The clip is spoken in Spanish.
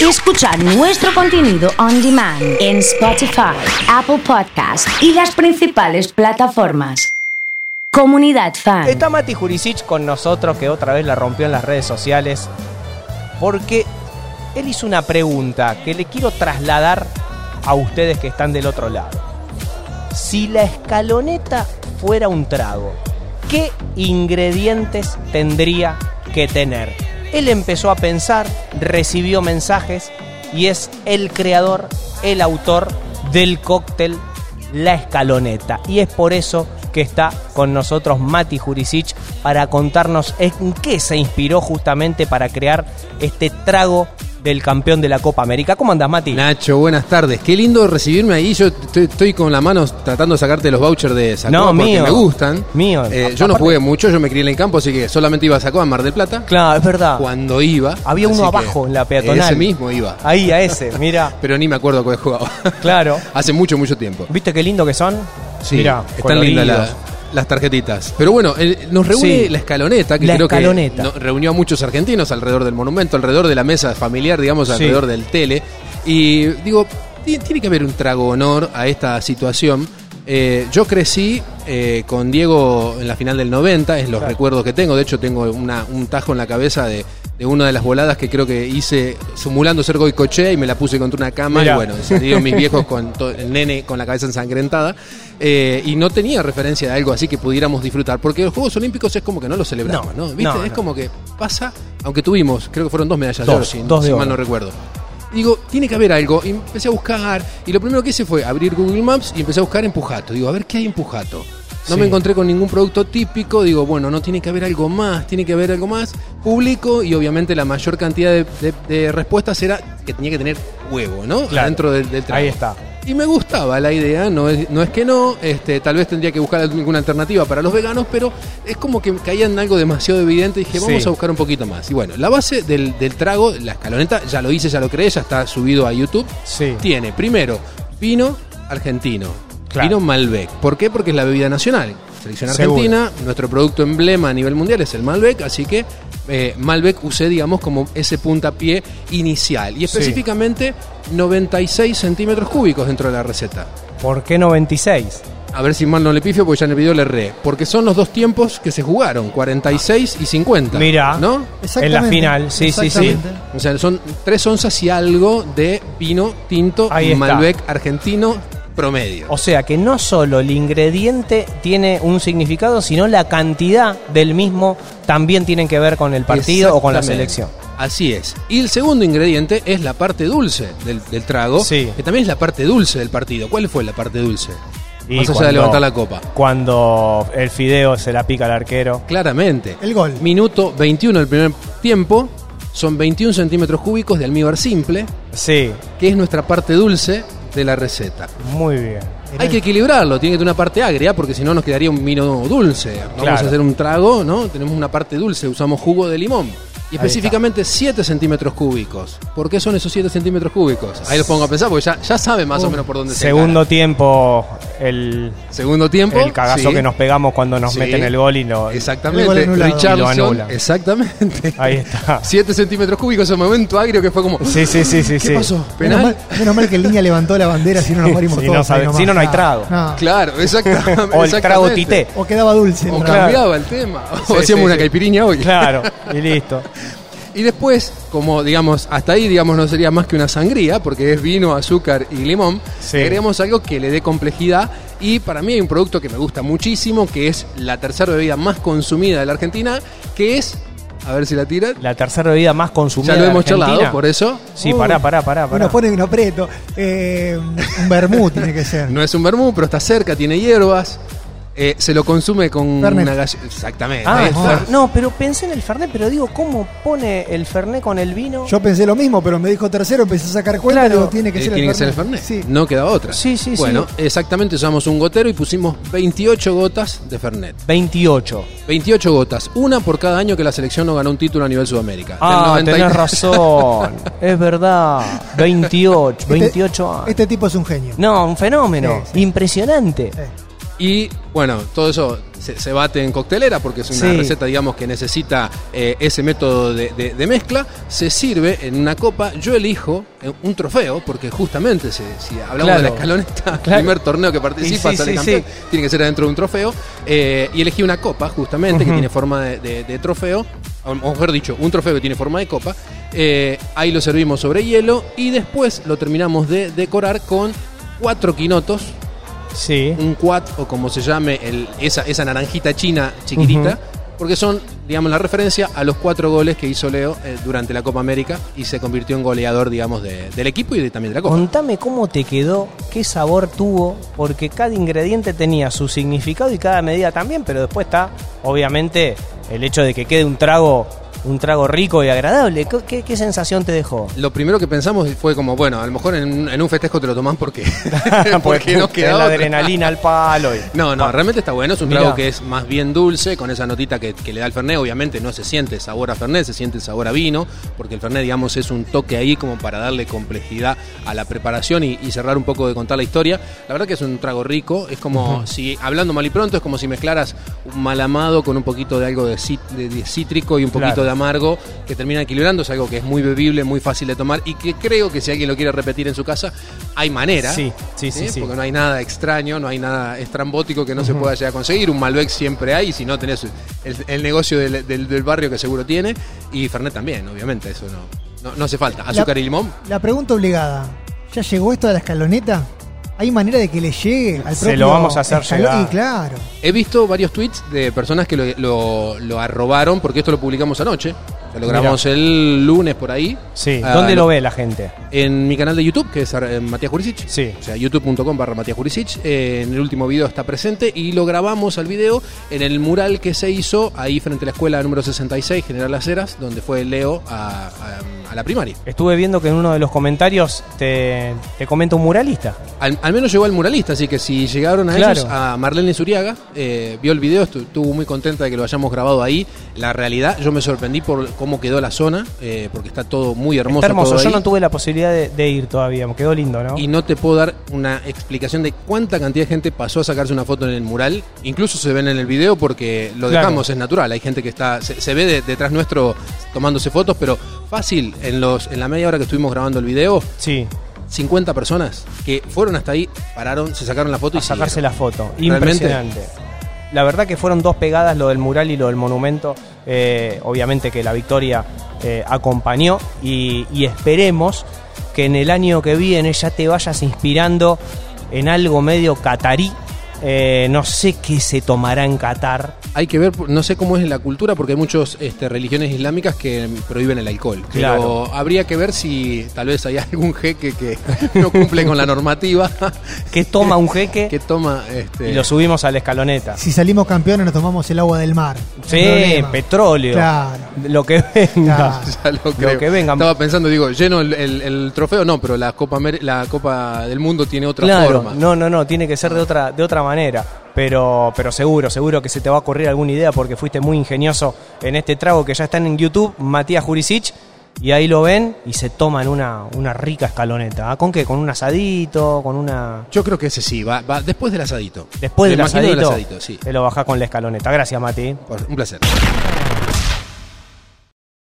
Escuchar nuestro contenido on demand en Spotify, Apple Podcast y las principales plataformas. Comunidad Fan. Está Mati Jurisic con nosotros, que otra vez la rompió en las redes sociales, porque él hizo una pregunta que le quiero trasladar a ustedes que están del otro lado. Si la escaloneta fuera un trago, ¿qué ingredientes tendría que tener? Él empezó a pensar, recibió mensajes y es el creador, el autor del cóctel La Escaloneta. Y es por eso que está con nosotros Mati Jurisic para contarnos en qué se inspiró justamente para crear este trago del campeón de la Copa América. ¿Cómo andas, Mati? Nacho, buenas tardes. Qué lindo recibirme ahí. Yo estoy, estoy con la mano tratando de sacarte los vouchers de Sacoa No, porque mío. me gustan. Mío. Eh, Aparte- yo no jugué mucho, yo me crié en el campo, así que solamente iba a Sacoa, a Mar del Plata. Claro, es verdad. Cuando iba. Había así uno que abajo en la peatonal. Ese mismo iba. Ahí, a ese, mira. Pero ni me acuerdo cuál jugaba. Claro. Hace mucho, mucho tiempo. ¿Viste qué lindo que son? Sí, Mirá, están lindas coloridos. la- las tarjetitas. Pero bueno, el- nos reúne Sí. la escaloneta, que La creo escaloneta. que no- reunió a muchos argentinos alrededor del monumento, alrededor de la mesa familiar, digamos, Sí. alrededor del tele. Y digo, ti- tiene que haber un trago honor a esta situación. Eh, yo crecí eh, con Diego en la final del 90, es los recuerdos que tengo. De hecho, tengo una- un tajo en la cabeza de, de una de las voladas que creo que hice simulando ser goicochea y me la puse contra una cama. Mirá. Y bueno, salieron mis viejos con to- el nene con la cabeza ensangrentada eh, y no tenía referencia de algo así que pudiéramos disfrutar, porque los Juegos Olímpicos es como que no los celebramos, No, ¿no? ¿Viste? no, es no. como que pasa, aunque tuvimos, creo que fueron dos medallas Dos, de oro, si, dos de si mal oro. no recuerdo. Y Digo, tiene que haber algo. Y empecé a buscar. Y lo primero que hice fue abrir Google Maps y empecé a buscar en Pujato. Digo, a ver qué hay en Pujato. No Sí. me encontré con ningún producto típico. Digo, bueno, no tiene que haber algo más, tiene que haber algo más. Publico y obviamente la mayor cantidad de, de- de respuestas era que tenía que tener huevo, ¿no? Claro. Dentro del, del trago. Ahí está. Y me gustaba la idea, no es, no es que no, este, tal vez tendría que buscar alguna alternativa para los veganos, pero es como que caía en algo demasiado evidente y dije, vamos Sí. a buscar un poquito más. Y bueno, la base del, del trago, la escaloneta, ya lo hice, ya lo creé, ya está subido a YouTube. Sí. Tiene, primero, vino argentino, Claro. vino Malbec. ¿Por qué? Porque es la bebida nacional. Selección Seguro. Argentina, nuestro producto emblema a nivel mundial es el Malbec, así que eh, Malbec usé, digamos, como ese puntapié inicial. Y Sí. específicamente 96 centímetros cúbicos dentro de la receta. ¿Por qué 96? A ver si mal no le pifio, porque ya en el video le re. Porque son los dos tiempos que se jugaron, 46 y 50. Mira. ¿No? En la final, sí, sí, sí. Exactamente. O sea, son tres onzas y algo de vino tinto Ahí está. Malbec argentino promedio. O sea que no solo el ingrediente tiene un significado, sino la cantidad del mismo también tienen que ver con el partido o con la Exactamente. selección. Así es. Y el segundo ingrediente es la parte dulce del, del trago, Sí. que también es la parte dulce del partido. ¿Cuál fue la parte dulce? Y Más allá cuando- de levantar la copa. Cuando el fideo se la pica al arquero. Claramente. El gol. Minuto 21 del primer tiempo. Son 21 centímetros cúbicos de almíbar simple, Sí, que es nuestra parte dulce de la receta. muy bien. Hay que equilibrarlo, tiene que tener una parte agria, porque si no nos quedaría un vino dulce. Vamos Claro. a hacer un trago, ¿no? Tenemos una parte dulce, usamos jugo de limón. Y específicamente 7 centímetros cúbicos. ¿Por qué son esos 7 centímetros cúbicos? Ahí los pongo a pensar, porque ya, ya saben más o menos por dónde Uh, Segundo se tiempo, el, encara. Segundo tiempo. el cagazo sí, que nos pegamos cuando nos sí. meten el gol y no. El gol Exactamente. anulado. Y lo Richardson. anulan. Exactamente. Ahí está. 7 centímetros cúbicos, ese momento agrio que fue como. Sí, sí, sí, sí. ¿Qué pasó? Menos ¿Penal? mal, menos mal que el línea levantó la bandera, si no nos morimos Si no todos. ahí sabe- nomás. si no, no hay Ah, trago. no. Claro, exactamente. O el trago exactamente. tité. O quedaba dulce. O ¿no? claro. cambiaba el tema. O Sí, hacíamos sí, una sí. caipirinha hoy. Claro, y listo. Y después, como digamos, hasta ahí digamos no sería más que una sangría, porque es vino, azúcar y limón, Sí. agregamos algo que le dé complejidad. Y para mí hay un producto que me gusta muchísimo, que es la tercera bebida más consumida de la Argentina, que es, a ver si la tira, La tercera bebida más consumida. ya lo de hemos Argentina. charlado, por eso Sí, Uh, pará, pará, pará. pará. Uno pone un aprieto. Eh, un vermú tiene que ser. no es un vermú, pero está cerca, tiene hierbas, eh, se lo consume con Fernet. una galleta. Exactamente. Ah, ahí el está. Fer- no, pero pensé en el Fernet, pero digo, ¿cómo pone el Fernet con el vino? Yo pensé lo mismo, pero me dijo tercero, empecé a sacar cuenta. Claro. digo, tiene que Eh, ser tiene el que ser el Fernet. Fernet. Sí. No queda otra. Sí, sí, sí. bueno, exactamente usamos un gotero y pusimos 28 gotas de Fernet. 28. 28 gotas, una por cada año que la selección no ganó un título a nivel Sudamérica. Ah, Del 90 y- tenés razón. es verdad. 28, 28 años. Este tipo es un genio. No, un fenómeno. Sí, sí. Impresionante. Eh. Y bueno, todo eso se, se bate en coctelera porque es una Sí. receta, digamos, que necesita eh, ese método de, de- de mezcla. Se sirve en una copa. Yo elijo eh, un trofeo porque justamente si, si hablamos de la Claro. escaloneta, Claro. primer torneo que participa, Y sí, sale sí, campeón, sí. tiene que ser adentro de un trofeo. Eh, y elegí una copa justamente que Ujú. tiene forma de, de- de trofeo. O o mejor dicho, un trofeo que tiene forma de copa. Eh, ahí lo servimos sobre hielo y después lo terminamos de decorar con cuatro quinotos Sí. un quat o como se llame el- esa, esa naranjita china chiquitita, porque son, digamos, la referencia a los cuatro goles que hizo Leo eh, durante la Copa América y se convirtió en goleador, digamos, de- del equipo y de- también de la Copa. Contame cómo te quedó, qué sabor tuvo, porque cada ingrediente tenía su significado y cada medida también, pero después está, obviamente, el hecho de que quede un trago, un trago rico y agradable. ¿Qué, qué- qué sensación te dejó? Lo primero que pensamos fue como, bueno, a lo mejor en, en un festejo te lo tomás porque, porque no tenés queda la otra. adrenalina al palo. y- No, no, Pa- realmente está bueno. Es un Mirá. trago que es más bien dulce, con esa notita que, que le da el Fernet. Obviamente no se siente sabor a Fernet, se siente sabor a vino, porque el Fernet, digamos, es un toque ahí como para darle complejidad a la preparación y, y cerrar un poco de contar la historia. La verdad que es un trago rico. Es como si, hablando mal y pronto, es como si mezclaras un mal amado con un poquito de algo de, cit- de- de cítrico y un poquito Claro. de amargo que termina equilibrando. Es algo que es muy bebible, muy fácil de tomar y que creo que si alguien lo quiere repetir en su casa, hay manera. Sí, sí, sí, ¿Eh? sí. Porque no hay nada extraño, no hay nada estrambótico que no se pueda llegar a conseguir. Un Malbec siempre hay, y si no tenés el, el negocio del, del- del barrio que seguro tiene. Y Fernet también, obviamente, eso no, no, no hace falta. Azúcar La- y limón. La pregunta obligada. ¿Ya llegó esto de la escaloneta? ¿Hay manera de que le llegue al propio Se lo vamos a hacer llegar. Y claro. He visto varios tweets de personas que lo, lo- lo arrobaron, porque esto lo publicamos anoche. Lo Mirá. grabamos el lunes por ahí. Sí, Ah, ¿dónde lo ve la gente? En mi canal de YouTube, que es eh, Matías Jurisic. Sí. O sea, youtube.com barra Matías Jurisic. Eh, en el último video está presente y lo grabamos al video en el mural que se hizo ahí frente a la escuela número 66, General Las Heras, donde fue Leo a, a- a la primaria. Estuve viendo que en uno de los comentarios te, te comenta un muralista. Al, al menos llegó al muralista, así que si llegaron a Claro. ellos, a Marlene Zuriaga, eh, vio el video, estu- estuvo muy contenta de que lo hayamos grabado ahí. La realidad, yo me sorprendí por cómo quedó la zona, eh, porque está todo muy hermoso. Está hermoso, todo yo ahí. no tuve la posibilidad de, de ir todavía, me quedó lindo, ¿no? y no te puedo dar una explicación de cuánta cantidad de gente pasó a sacarse una foto en el mural. Incluso se ven en el video porque lo Claro. dejamos, es natural. Hay gente que está se, se ve de- detrás nuestro tomándose fotos, pero fácil, en, los, en la media hora que estuvimos grabando el video, Sí, 50 personas que fueron hasta ahí, pararon, se sacaron la a foto y sacarse la siguieron. foto. Realmente. Impresionante. La verdad que fueron dos pegadas, lo del mural y lo del monumento. Eh, obviamente que la victoria eh, acompañó y, y esperemos que en el año que viene ya te vayas inspirando en algo medio catarí. Eh, no sé qué se tomará en Qatar. Hay que ver, no sé cómo es la cultura, porque hay muchas religiones islámicas que prohíben el alcohol. Claro. Pero habría que ver si tal vez hay algún jeque que no cumple con la normativa, ¿Qué toma un jeque? que toma... Este, y lo subimos a la escaloneta. Si salimos campeones nos tomamos el agua del mar. No hay Sí, problema. petróleo. Claro. Lo que venga. Claro. Ya lo creo. que venga. Estaba pensando, digo, lleno el, el- el trofeo, no, pero la Copa, Amer- la Copa del Mundo tiene otra Claro, forma. no, no, no, tiene que ser de otra, de otra manera. Pero, pero seguro, seguro que se te va a ocurrir alguna idea porque fuiste muy ingenioso en este trago que ya están en YouTube, Matías Jurisic, y ahí lo ven y se toman una, una rica escaloneta. ¿Ah? ¿Con qué? ¿Con un asadito? ¿Con una...? Yo creo que ese sí, va, va después del asadito. Después Me del imagino asadito, sí. te lo bajás con la escaloneta. Gracias, Mati. Por- Un placer.